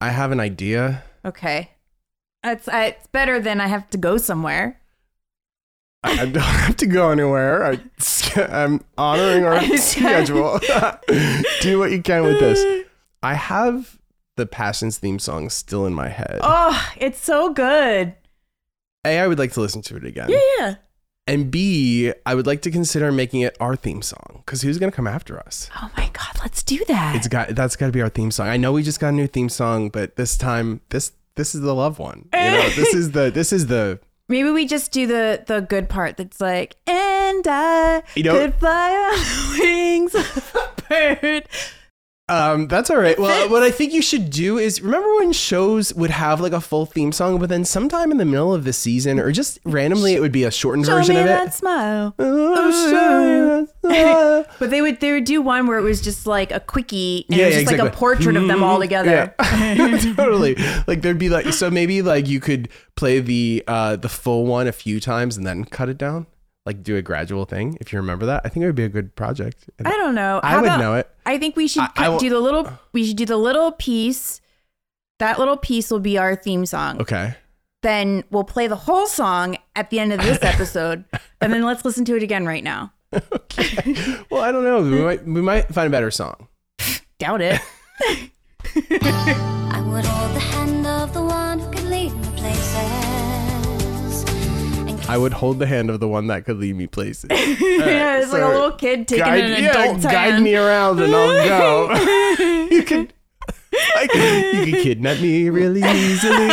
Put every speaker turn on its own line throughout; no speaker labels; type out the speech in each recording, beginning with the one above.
I have an idea.
Okay. It's, I- it's better than I have to go somewhere.
I, I don't have to go anywhere. I, I'm honoring our
I'm sorry.
schedule. Do what you can with this. I have the Passions theme song still in my head.
Oh, it's so good.
A, I would like to listen to it again.
yeah.
And B, I would like to consider making it our theme song because who's going to come after us?
Oh my God, let's do that.
It's got that's got to be our theme song. I know we just got a new theme song, but this time this this is the love one. You know, this is the this is the
Maybe we just do the the good part that's like, and I
You know-
could fly on the wings of a bird.
Um, that's all right. Well, what I think you should do is remember when shows would have like a full theme song, but then sometime in the middle of the season, or just randomly, it would be a shortened
Show
version
me
of
that
it.
smile.
Oh, show me that-
But they would they would do one where it was just like a quickie and
Yeah,
it was
yeah,
just like a
exactly. Mm-hmm.
portrait of them all together.
Yeah. totally. Like there'd be like so maybe like you could play the uh the full one a few times and then cut it down, like do a gradual thing. If you remember that, I think it would be a good project. And
I don't know.
I
How
would
about-
know it.
I think we should
I- I
cut-
will-
do the little we should do the little piece. That little piece will be our theme song.
Okay.
Then we'll play the whole song at the end of this episode. and then let's listen to it again right now.
Well, I don't know. We might we might find a better song.
Doubt it.
I would hold the hand of the one who could lead me places. And
I would hold the hand of the one that could lead me places.
yeah, it's like
so
a little kid taking
guide,
an
yeah,
adult
guide me around and I'll go. you can like, you can kidnap me really easily.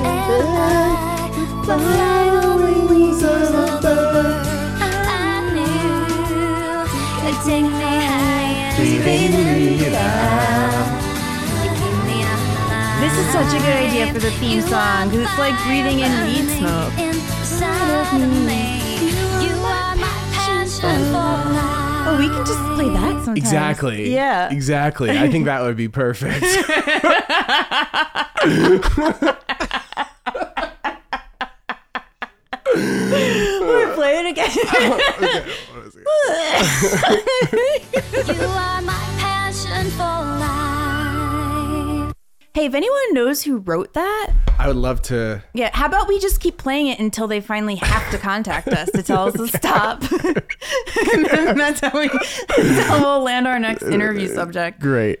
I would fly on the wings of a bird. I knew you'd take me high and breathe in the love. You keep me alive.
This is such a good idea for the theme song because it's like breathing in weed smoke.
Inside of me, you are my passion for life.
Oh, we can just play that sometimes.
Exactly.
Yeah.
Exactly. I think that would be perfect.
We're playing it again.
You are my passion for life.
hey, if anyone knows who wrote that,
I would love to.
yeah, how about we just keep playing it until they finally have to contact us to tell us to stop? and then that's how we that's how we'll land our next interview subject.
Great.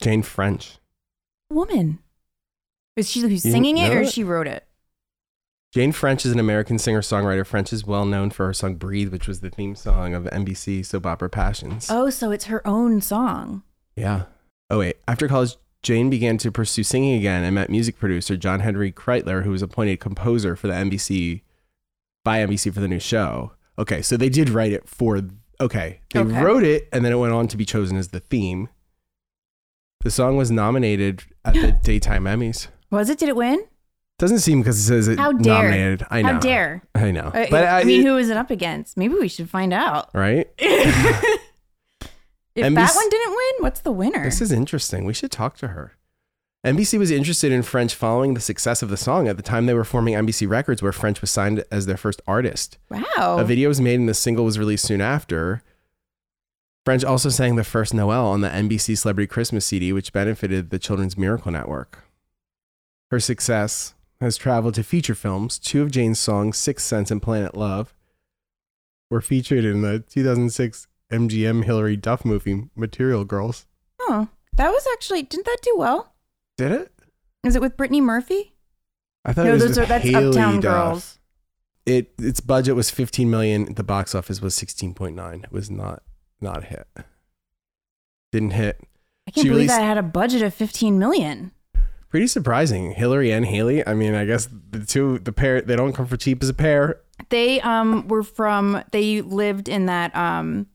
Jane French.
Woman. Is she who's
You
singing it
know
or
it?
she wrote it?
Jane French is an American singer songwriter. French is well known for her song Breathe, which was the theme song of NBC soap opera Passions.
Oh, so it's her own song.
Yeah. Oh, wait. After college, Jane began to pursue singing again and met music producer John Henry Kreitler, who was appointed composer for the NBC by NBC for the new show. Okay, so they did write it for. Okay, they
Okay.
wrote it and then it went on to be chosen as the theme. The song was nominated at the daytime Emmys.
Was it? Did it win?
Doesn't seem because it says it
How dare.
nominated. I know.
How dare.
I know.
I,
but I,
I mean, who is it up against? Maybe we should find out.
Right.
If
NBC
that one didn't win, what's the winner?
This is interesting. We should talk to her. NBC was interested in French following the success of the song at the time they were forming NBC Records, where French was signed as their first artist.
wow.
A video was made and the single was released soon after. French also sang the first Noel on the NBC Celebrity Christmas CD, which benefited the Children's Miracle Network. Her success has traveled to feature films. Two of Jane's songs, Sixth Sense and Planet Love, were featured in the 2006 MGM Hillary Duff movie, Material Girls.
Oh, that was actually didn't that do well?
Did it?
Is it with Brittany Murphy?
I thought
No,
it was
those
just
are- that's
Haley
Uptown
Duff.
Girls.
It its budget was 15 million. The box office was 16.9. It was not not a hit. Didn't hit.
I can't
She
believe
released-
that had a budget of 15 million.
Pretty surprising. Hillary and Haley. I mean, I guess the two the pair they don't come for cheap as a pair.
They um were from they lived in that um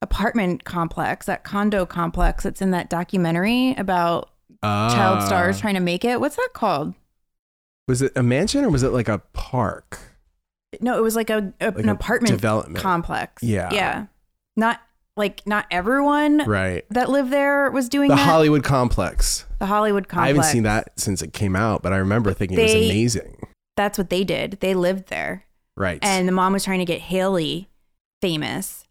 apartment complex, that condo complex that's in that documentary about
Ah.
child stars trying to make it. What's that called?
Was it a mansion or was it like a park?
No, it was like a, a- an
a
apartment
development.
complex.
Yeah.
Yeah. Not like not everyone
Right.
that lived there was doing
The
that.
Hollywood Complex.
the Hollywood complex.
I haven't seen that since it came out, but I remember thinking it was
They-
amazing.
That's what they did. They lived there.
Right.
and the mom was trying to get Haley famous.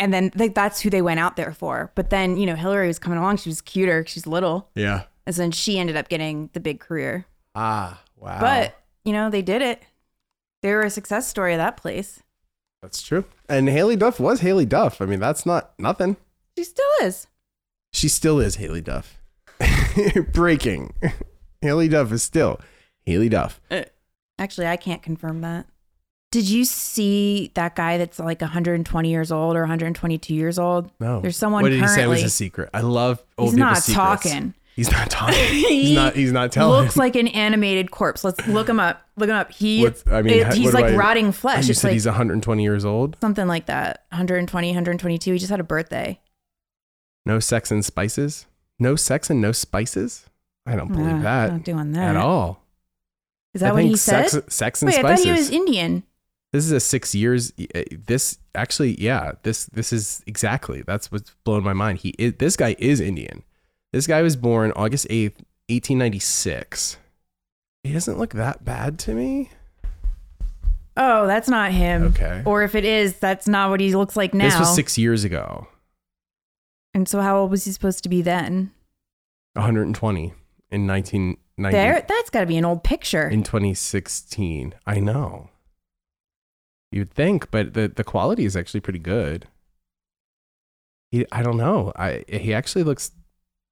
And then like that's who they went out there for. But then, you know, Hillary was coming along. She was cuter. 'cause She's little.
yeah.
And so then she ended up getting the big career.
Ah, wow.
But, you know, they did it. They were a success story of that place.
that's true. And Haley Duff was Haley Duff. I mean, that's not nothing.
She still is.
She still is Haley Duff. Breaking. Haley Duff is still Haley Duff.
Actually, I can't confirm that. Did you see that guy that's like 120 years old or 122 years old?
No.
There's someone
What did he say
currently-
was a secret? I love old people's
He's not
secrets.
talking.
He's not talking. He's not. He's not telling.
Looks like an animated corpse. Let's look him up. Look him up. He,
What's- I mean,
it-
how-
he's
what do
like
I-
rotting
And
flesh.
Oh, you
It's
said
like
he's 120 years old.
something like that 120 122 he just had a birthday
No sex and spices. No sex and no spices. I don't believe
Nah,
that
not doing that
at all.
is that
I
what
think
he
sex,
said
Sex and
wait i thought
spices.
he was indian
this is a six years. uh, This actually, yeah. This this is exactly that's what's blown my mind. He is, this guy is Indian. This guy was born August eighth, eighteen ninety six. He doesn't look that bad to me.
oh that's not him
Okay.
or if it is that's not what he looks like now
This was six years ago.
and so how old was he supposed to be then
120 in 1990
there that's got to be an old picture
in 2016 i know you'd think but the, the quality is actually pretty good he, i don't know I, he actually looks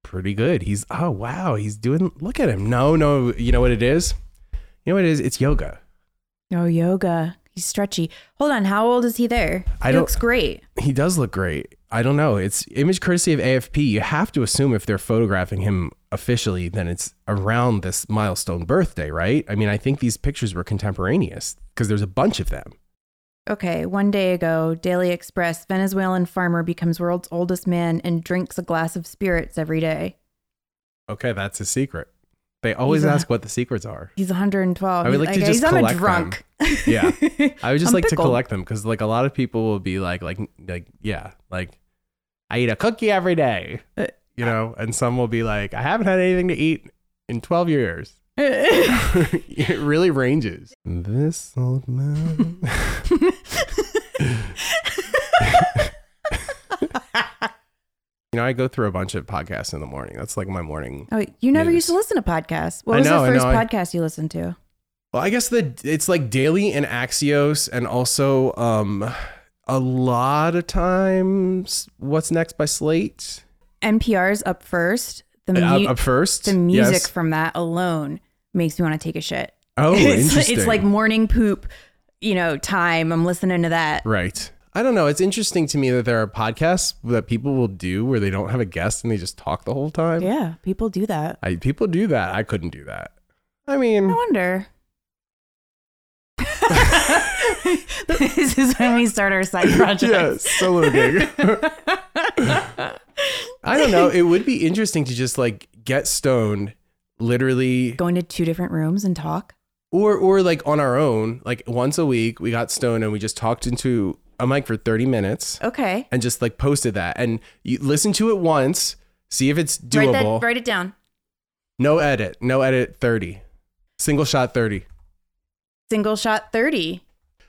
pretty good he's oh wow he's doing look at him no no you know what it is you know what it is it's yoga
no yoga he's stretchy hold on how old is he there
I
he
don't-
looks great
he does look great i don't know it's image courtesy of afp you have to assume if they're photographing him officially then it's around this milestone birthday right i mean i think these pictures were contemporaneous because there's a bunch of them
okay one day ago daily express venezuelan farmer becomes world's oldest man and drinks a glass of spirits every day
Okay, that's a secret. They always
He's a-
ask what the secrets are.
He's 112.
I would
He's
like to just
"Guys, I'm a
collect
drunk.
Yeah. I would just
I'm
like
pickled.
to collect them because like a lot of people will be like like like yeah like I eat a cookie every day,
Uh,
you know, and some will be like I haven't had anything to eat in twelve years. it really ranges. This old man. you know, I go through a bunch of podcasts in the morning. That's like my morning.
oh, you never
News.
used to listen to podcasts.
I
What was
know, I
the first
know, I-
podcast you listened to?
Well, I guess the it's like daily and Axios, and also um, a lot of times what's next by Slate
NPR's up first. The, mu-
Uh, up, up first.
the music
Yes.
from that alone makes me want to take a shit.
Oh,
it's,
interesting.
it's like morning poop, you know, time. I'm listening to that.
right. I don't know. It's interesting to me that there are podcasts that people will do where they don't have a guest and they just talk the whole time.
Yeah, people do that.
I, people do that. I couldn't do that. I
I
mean,
wonder. this is when we start our side project.
yeah, solo gig. I don't know. It would be interesting to just like get stoned, literally
Go into two different rooms and talk.
or or like on our own like once a week we got stoned and we just talked into a mic for 30 minutes
Okay.
and just like posted that and you listen to it once see if it's doable
Write, that, write it down.
no edit no edit 30 single shot 30
Single shot 30.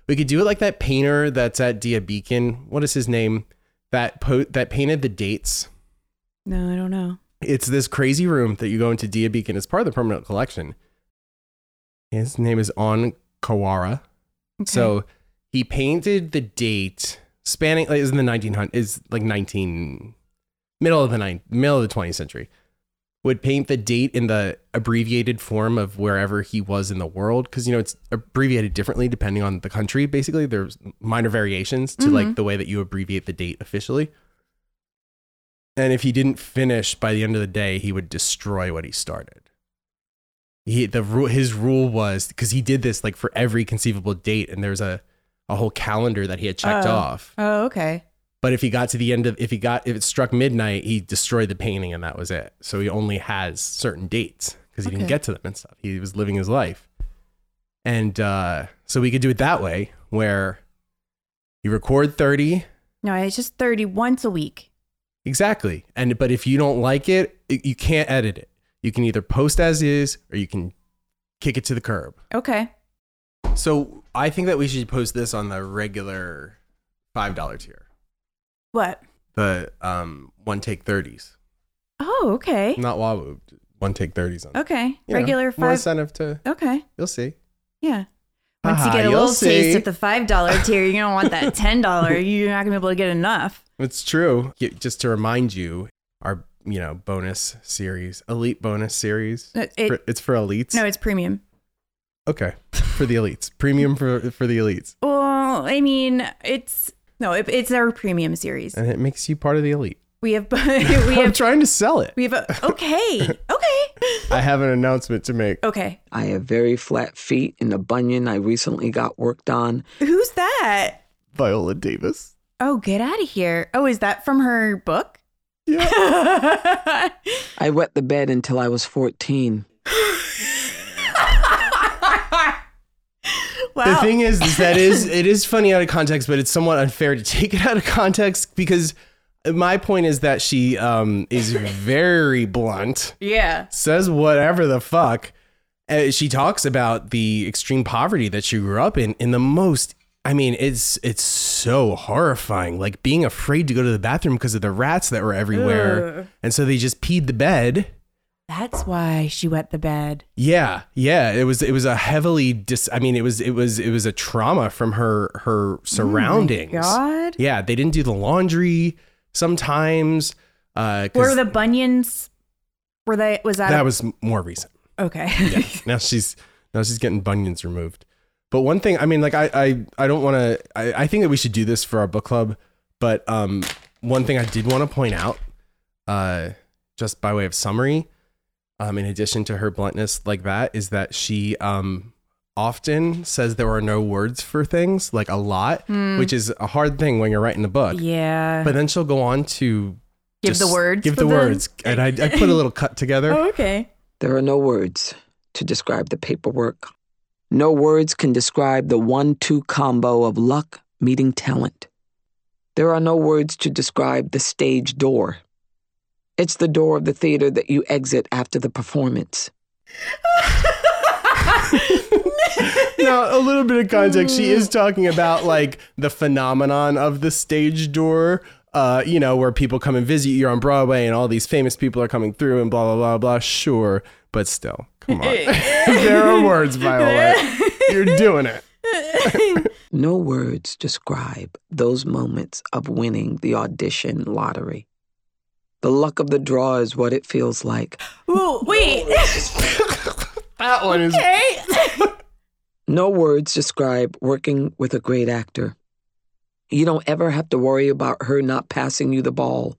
we could do it like that painter that's at dia beacon what is his name that po- that painted the dates
No, I don't know.
it's this crazy room that you go into dia beacon it's part of the permanent collection his name is on kawara So he painted the date spanning like, is in the 1900 is like 19 middle of the nine middle of the 20th century. Would paint the date in the abbreviated form of wherever he was in the world because you know it's abbreviated differently depending on the country. Basically, there's minor variations to like the way that you abbreviate the date officially. And if he didn't finish by the end of the day, he would destroy what he started he the rule his rule was because he did this like for every conceivable date and there's a a whole calendar that he had checked
Oh.
off
Oh, okay.
but if he got to the end of if he got if it struck midnight he destroyed the painting and that was it so he only has certain dates because he didn't
Okay.
get to them and stuff he was living his life and uh so we could do it that way where you record 30
No, it's just 30 once a week.
Exactly. And but if you don't like it, it- you can't edit it. You can either post as is or you can kick it to the curb.
Okay.
So I think that we should post this on the regular five dollar tier,
What?
the um one take thirties,
Oh, okay.
not Wahoo, one take thirties on.
Okay.
you know,
Regular
More
five.
incentive to
Okay.
you'll see.
Yeah. Once you
Haha,
get a
you'll
little
see.
taste of the five dollar tier, you're gonna want that ten dollar. You're not gonna be able to get enough.
It's true. Y- Just to remind you, our you know bonus series, elite bonus series.
Uh, It,
For-
it-
it's for elites.
no, it's premium.
okay, for the elites, premium for for the elites,
Well, I mean, it's no, it, it's our premium series.
and it makes you part of the elite.
We have, we have,
I'm trying to sell it.
we have. A, okay, okay,
I have an announcement to make.
okay.
I have very flat feet and the bunion I recently got worked on.
Who's that?
Viola Davis.
Oh, get out of here! Oh, is that from her book?
Yeah.
I wet the bed until I was 14.
wow.
The thing is, is that is it is funny out of context, but it's somewhat unfair to take it out of context because my point is that she um, is very blunt,
yeah.
says whatever the fuck. Uh, she talks about the extreme poverty that she grew up in in the most. I mean, it's it's so horrifying, like being afraid to go to the bathroom because of the rats that were everywhere,
Ugh.
and so they just peed the bed.
That's why she wet the bed.
Yeah, yeah, it was it was a heavily dis I mean it was it was it was a trauma from her her surroundings.
Oh God.
Yeah, they didn't do the laundry sometimes uh 'cause
Were the bunions? Were they? Was that?
that was more recent.
okay.
Now she's now she's getting bunions removed. But one thing, I mean like I I, I don't want to I, I think that we should do this for our book club, but um one thing I did want to point out uh just by way of summary um, in addition to her bluntness like that, is that she um, often says there are no words for things, like a lot, which is a hard thing when you're writing a book.
Hmm. yeah.
But then she'll go on to
Give
just
the words
Give
for
the
the-
words. And I, I put a little cut together.
oh, okay.
There are no words to describe the paperwork. No words can describe the one two combo of luck meeting talent. There are no words to describe the stage door. It's the door of the theater that you exit after the performance.
now, a little bit of context. She
Mm.
is talking about like the phenomenon of the stage door. Uh, you know, where people come and visit you. You're on Broadway, and all these famous people are coming through, and blah blah blah blah. Sure, but still, come on. there are words, Violet. You're doing it.
No words describe those moments of winning the audition lottery. The luck of the draw is what it feels like.
Ooh, wait.
That one is.
Okay.
No words describe working with a great actor. You don't ever have to worry about her not passing you the ball.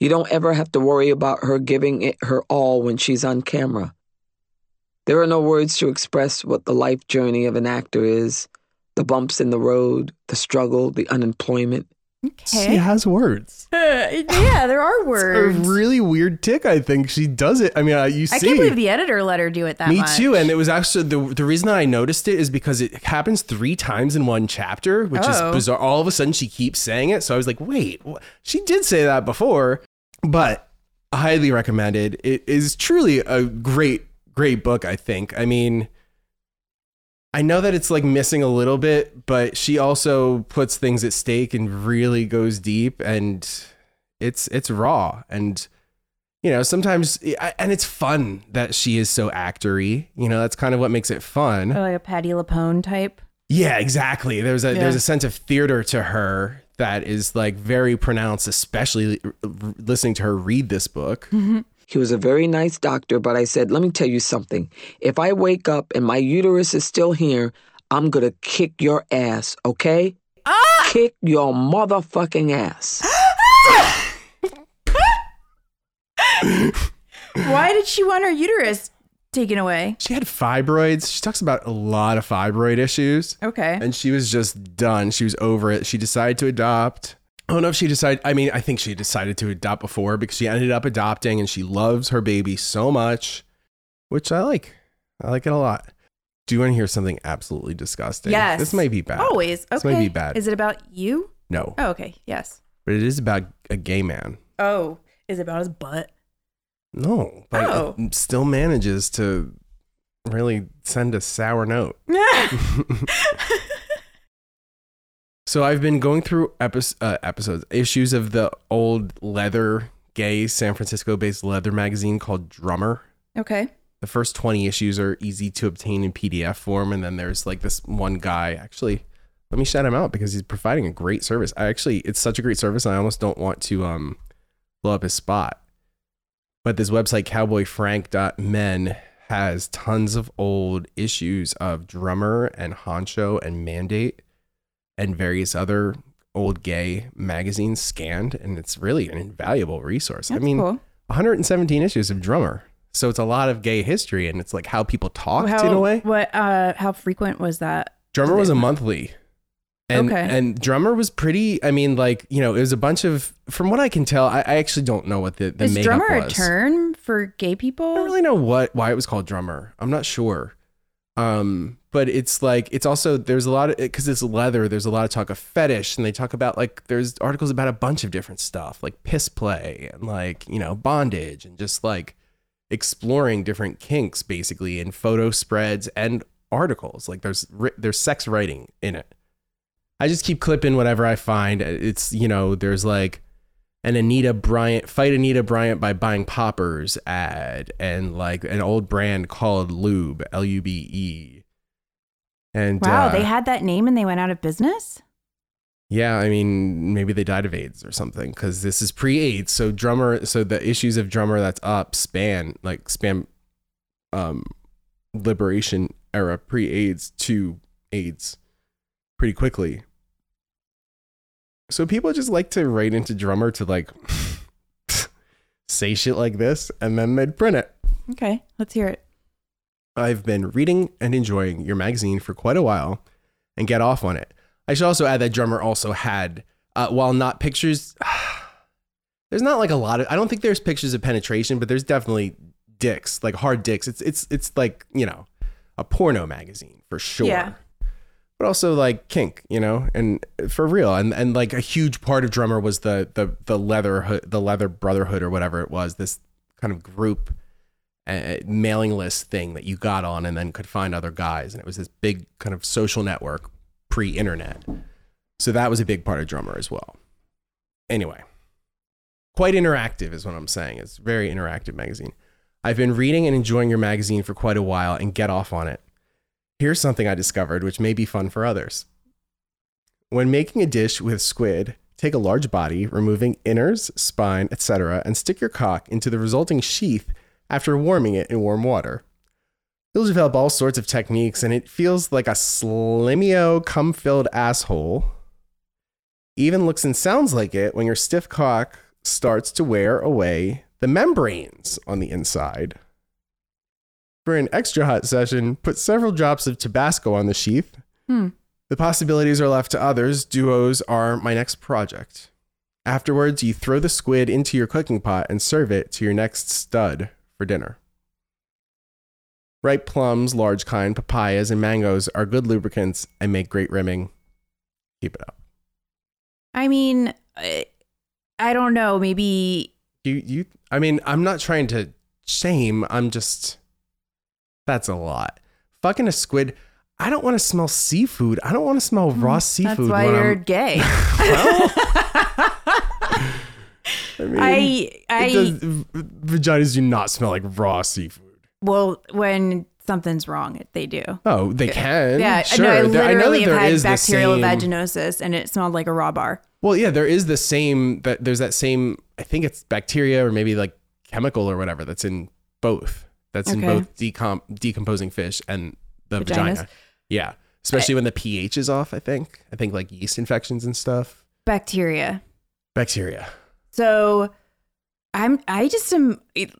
You don't ever have to worry about her giving it her all when she's on camera. There are no words to express what the life journey of an actor is the bumps in the road, the struggle, the unemployment.
She has words.
Uh, yeah, there are words.
A really weird tick. I think she does it. I mean, uh, you see.
I can't believe the editor let her do it that
me
much.
too, and it was actually the the reason that I noticed it is because it happens three times in one chapter, which
Oh.
is bizarre. All of a sudden, she keeps saying it, so I was like, "Wait, wh- she did say that before." But highly recommended. It is truly a great, great book. I think. I mean, I know that it's like missing a little bit, but she also puts things at stake and really goes deep and it's it's raw and you know, sometimes eh, I- and it's fun that she is so actory. You know, that's kind of what makes it fun.
Oh, like a Patty Lapone type.
Yeah, exactly. There's a there's
Yeah.
a sense of theater to her that is like very pronounced, especially r- r- listening to her read this book.
Mm-hmm.
He was a very nice doctor, but I said, Let me tell you something. If I wake up and my uterus is still here, I'm going to kick your ass, okay? Kick your motherfucking ass.
Why did she want her uterus taken away?
She had fibroids. She talks about a lot of fibroid issues.
Okay.
And she was just done. She was over it. She decided to adopt. I don't know if she decided. I mean, I think she decided to adopt before because she ended up adopting and she loves her baby so much, which I like. I like it a lot. Do you want to hear something absolutely disgusting?
Yes.
This might be bad.
Always. Okay.
This might be bad.
Is it about you?
no.
Oh, okay. Yes.
But it is about a gay man.
Oh, is it about his butt?
No. But
Oh.
it still manages to really send a sour note. so I've been going through epi- uh, episodes, issues of the old leather, gay San Francisco based leather magazine called Drummer.
okay.
The first 20 issues are easy to obtain in PDF form. And then there's like this one guy, actually, let me shout him out because he's providing a great service. I actually, it's such a great service. And I almost don't want to um, blow up his spot. But this website, cowboyfrank.men, has tons of old issues of Drummer and Honcho and Mandate and various other old gay magazines scanned. And it's really an invaluable resource.
That's
I mean,
cool.
117 issues of Drummer. So it's a lot of gay history and it's like how people talked
how,
in a way.
What? Uh, how frequent was that?
Drummer was a monthly. And,
Okay.
and drummer was pretty. I mean, like you know, it was a bunch of. From what I can tell, I, I actually don't know what the the
Is
makeup
drummer a
was.
term for gay people?
I don't really know what why it was called drummer. I'm not sure. Um, but it's like it's also there's a lot of because it's leather. There's a lot of talk of fetish, and they talk about like there's articles about a bunch of different stuff, like piss play and like you know bondage and just like exploring different kinks basically in photo spreads and articles. Like there's ri- there's sex writing in it. I just keep clipping whatever I find. It's you know there's like an Anita Bryant fight Anita Bryant by buying poppers ad and like an old brand called Lube L U B E. And
wow,
uh,
they had that name and they went out of business.
yeah, I mean, maybe they died of AIDS or something because this is pre AIDS. So drummer, so the issues of drummer that's up span like span, um, liberation era pre AIDS to AIDS, pretty quickly. So people just like to write into drummer to like say shit like this, and then they'd print it.
Okay, let's hear it.
I've been reading and enjoying your magazine for quite a while and get off on it. I should also add that Drummer also had, uh, while not pictures, there's not like a lot of, I don't think there's pictures of penetration, but there's definitely dicks, like hard dicks. It's, it's, it's like, you know, a porno magazine for sure.
Yeah.
But also like kink, you know, and for real, and and like a huge part of drummer was the the the leather hoo- the leather brotherhood or whatever it was, this kind of group uh, mailing list thing that you got on and then could find other guys. And it was this big kind of social network pre internet. So that was a big part of Drummer as well. Anyway, quite interactive is what I'm saying. It's a very interactive magazine. I've been reading and enjoying your magazine for quite a while and get off on it. Here's something I discovered, which may be fun for others. When making a dish with squid, take a large body, removing innards, spine, etc., and stick your cock into the resulting sheath after warming it in warm water. You'll develop all sorts of techniques, and it feels like a slimio cum filled asshole. Even looks and sounds like it when your stiff cock starts to wear away the membranes on the inside. For an extra hot session, put several drops of Tabasco on the sheath.
Hmm.
The possibilities are left to others. Duos are my next project. Afterwards, you throw the squid into your cooking pot and serve it to your next stud for dinner. Ripe plums, large kind, papayas, and mangoes are good lubricants and make great rimming. Keep it up.
I mean, I, I don't know. Maybe
You, you. I mean, I'm not trying to shame. I'm just. That's a lot. Fucking a squid. I don't want to smell seafood. I don't want to smell raw seafood.
Mm, that's why
when
you're
I'm-
gay.
I mean,
I I
it does- v- vaginas do not smell like raw seafood.
well, when something's wrong, it- they do.
Oh, they can.
Yeah,
sure.
no,
There-
I literally
know that there
have
is the
had bacterial
same-
vaginosis, and it smelled like a raw bar.
Well, yeah, there is the same that there's that same I think it's bacteria or maybe like chemical or whatever that's in both. That's in
Okay.
both decom- decomposing fish and the vagina.
Vaginas?
Yeah. Especially when the pH is off, I think. I think like yeast infections and stuff.
Bacteria.
Bacteria.
So, I'm. I just am. It,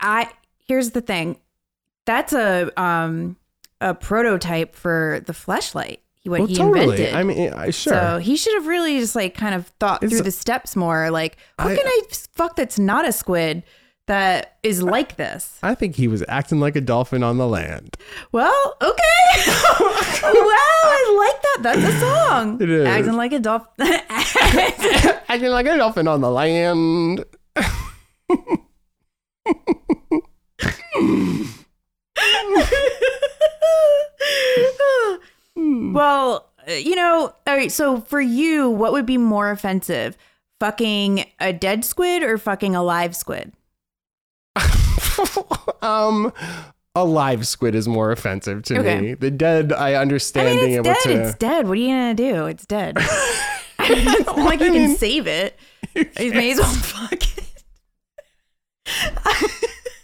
I here's the thing. That's a um a prototype for the fleshlight. What
well,
he
totally.
invented.
I mean, I, sure.
So he should have really just like kind of thought
It's-
through the steps more. Like, what
I- Uh,
can I fuck that's not a squid that is like this?
I think he was acting like a dolphin on the land.
Well, okay. wow, I like that. That's a song.
It is.
Acting like a dolphin.
acting like a dolphin on the land. Hmm.
well, uh, you know, all right. So for you, what would be more offensive, fucking a dead squid or fucking a live squid?
um, a live squid is more offensive to
Okay.
me. The dead, I
I
understand
mean,
being
it's
able
dead.
to.
It's dead. What are you gonna do? It's dead. it's not like you
I
can
mean-
save it. You may as well fuck it.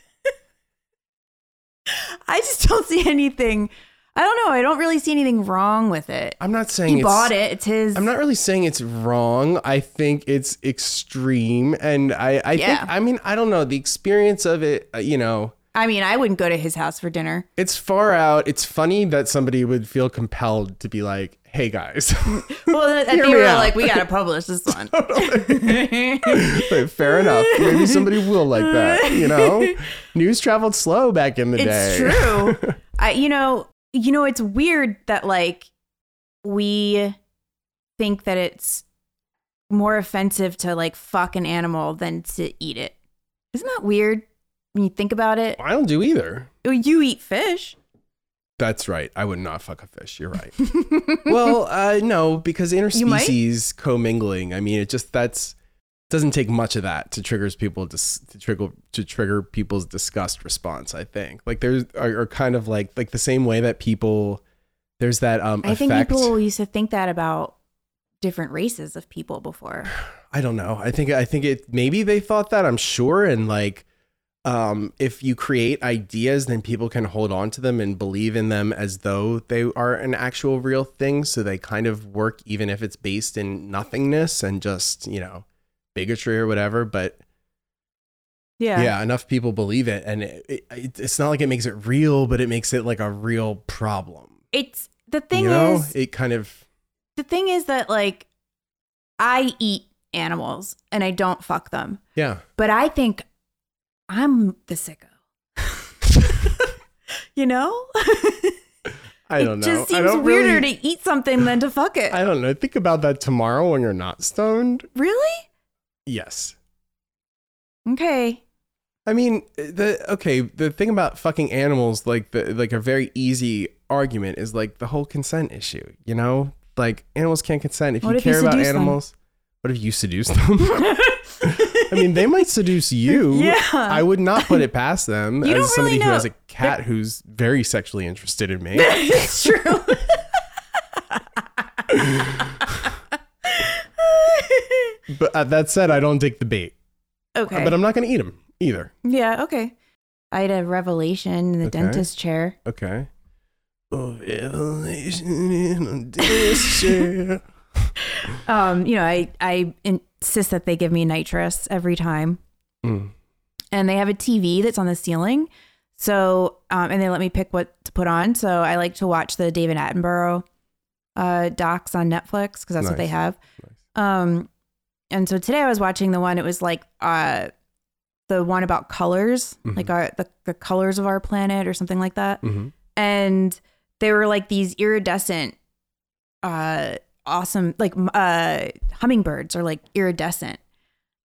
I just don't see anything. I don't know. I don't really see anything wrong with it.
I'm not saying
He
it's,
bought it. It's his.
I'm not really saying it's wrong. I think it's extreme, and I, I
Yeah.
think, I mean, I don't know. The experience of it, uh, you know,
I mean, I wouldn't go to his house for dinner.
it's far out. It's funny that somebody would feel compelled to be like, "Hey guys,
Well, I think
Hear
we
me
were
out.
like, we gotta publish this one.
But fair enough. Maybe somebody will like that. You know, news traveled slow back in the day.
It's true. I, you know, you know, it's weird that like we think that it's more offensive to like fuck an animal than to eat it. Isn't that weird when you think about it?
I don't do either.
Oh, You eat fish.
That's right. I would not fuck a fish. You're right. well, uh, no, because
might?
interspecies commingling. I mean, it just that's doesn't take much of that to triggers people to, s- to trigger to trigger people's disgust response. I think like there's are, are kind of like like the same way that people there's that um
I think
effect.
people used to think that about different races of people before.
I don't know. I think I think it maybe they thought that, I'm sure, and like um if you create ideas then people can hold on to them and believe in them as though they are an actual real thing so they kind of work even if it's based in nothingness and just you know bigotry or whatever but yeah, enough people believe it and it, it, it- it's not like it makes it real but it makes it like a real problem
It's the thing
you know
is
it kind of
the thing is that like I eat animals and I don't fuck them.
yeah
But I think I'm the sicko. you know?
i don't know
It just
I
seems
don't
weirder
really-
to eat something than to fuck it.
i don't know think about that tomorrow when you're not stoned
really?
Yes.
Okay.
I mean, the okay, the thing about fucking animals like the like a very easy argument is like the whole consent issue, you know? Like animals can't consent if
What
you
if you
care about
seduce them?
animals. What if you seduce them? I mean, they might seduce you.
Yeah.
I would not put it past them
You don't
as somebody
really
who
know.
has a cat who's very sexually interested in me.
it's true.
but uh, that said, I don't take the bait. Uh,
okay.
But um, I'm not going to eat them either.
yeah, okay. I had a revelation in the
Okay.
dentist chair.
Okay. Oh, revelation in a dish chair.
Um, you know, I I insist that they give me nitrous every time.
Mm.
and they have a TV that's on the ceiling. So, um, and they let me pick what to put on. So I like to watch the David Attenborough uh, docs on Netflix because that's what they
Nice.
have. Um, and so today I was watching the one. It was like uh, the one about colors, like our the, the colors of our planet or something like that.
Mhm.
And they were like these iridescent, uh, awesome like m- uh, hummingbirds are like iridescent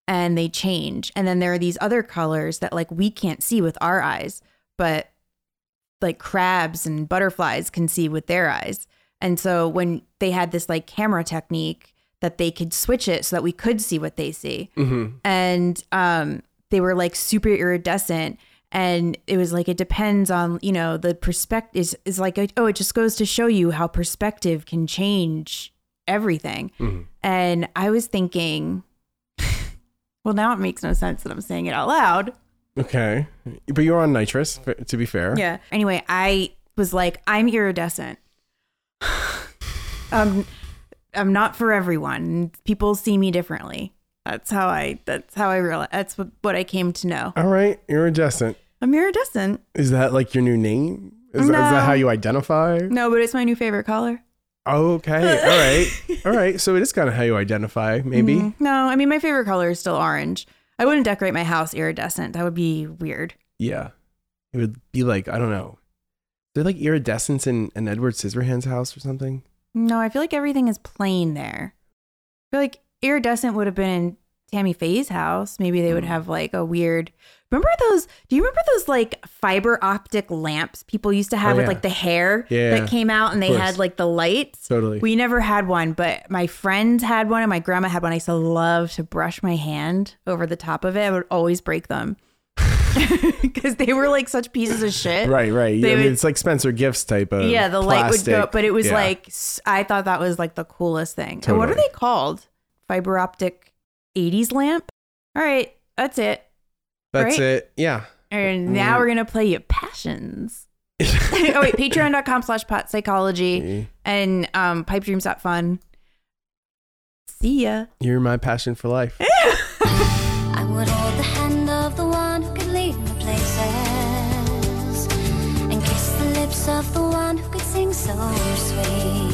and they change. And then there are these other colors that like we can't see with our eyes, but like crabs and butterflies can see with their eyes. And so when they had this like camera technique that they could switch it so that we could see what they see.
Mm-hmm.
And um they were like super iridescent and it was like it depends on, you know, the perspective is is like oh it just goes to show you how perspective can change everything.
Mhm.
And I was thinking well now it makes no sense that I'm saying it out loud.
Okay. But you're on nitrous, f- to be fair.
Yeah. Anyway, I was like, I'm iridescent. um, I'm not for everyone. People see me differently. That's how I. That's how I realized. That's what, what I came to know.
All right. Iridescent.
I'm iridescent.
Is that like your new name? Is, that, is that
No.
how you identify?
No, but it's my new favorite color.
Okay. All right. All right. So it is kind of how you identify, maybe.
Mm, No, I mean my favorite color is still orange. I wouldn't decorate my house iridescent. That would be weird.
Yeah. It would be like, I don't know. They're like iridescence in an Edward Scissorhands house or something.
No, I feel like everything is plain there. I feel like iridescent would have been in Tammy Faye's house, maybe they
Hmm.
would have like a weird. Remember those? Do you remember those like fiber optic lamps people used to have
Oh,
with
yeah.
like the hair
Yeah,
that came out and they
course.
had like the lights?
Totally.
We never had one, but my friends had one and my grandma had one. I used to love to brush my hand over the top of it. I would always break them because they were like such pieces of shit.
Right, right.
They
I mean,
would-
it's like Spencer Gifts type of
Yeah, the light would go,
Uh, plastic.
but it was
Yeah.
like s- I thought that was like the coolest thing. And What are
Totally.
they called? Fiber optic 80s lamp. All right, that's it.
that's
right?
it. Yeah. Mm.
And now we're gonna play you passions. oh wait, patreon.com slash pot psychology and um pipedreams.fun. See ya.
You're my passion for life.
I would hold the hand of the one who could lead the places and kiss the lips of the one who could sing so sweet.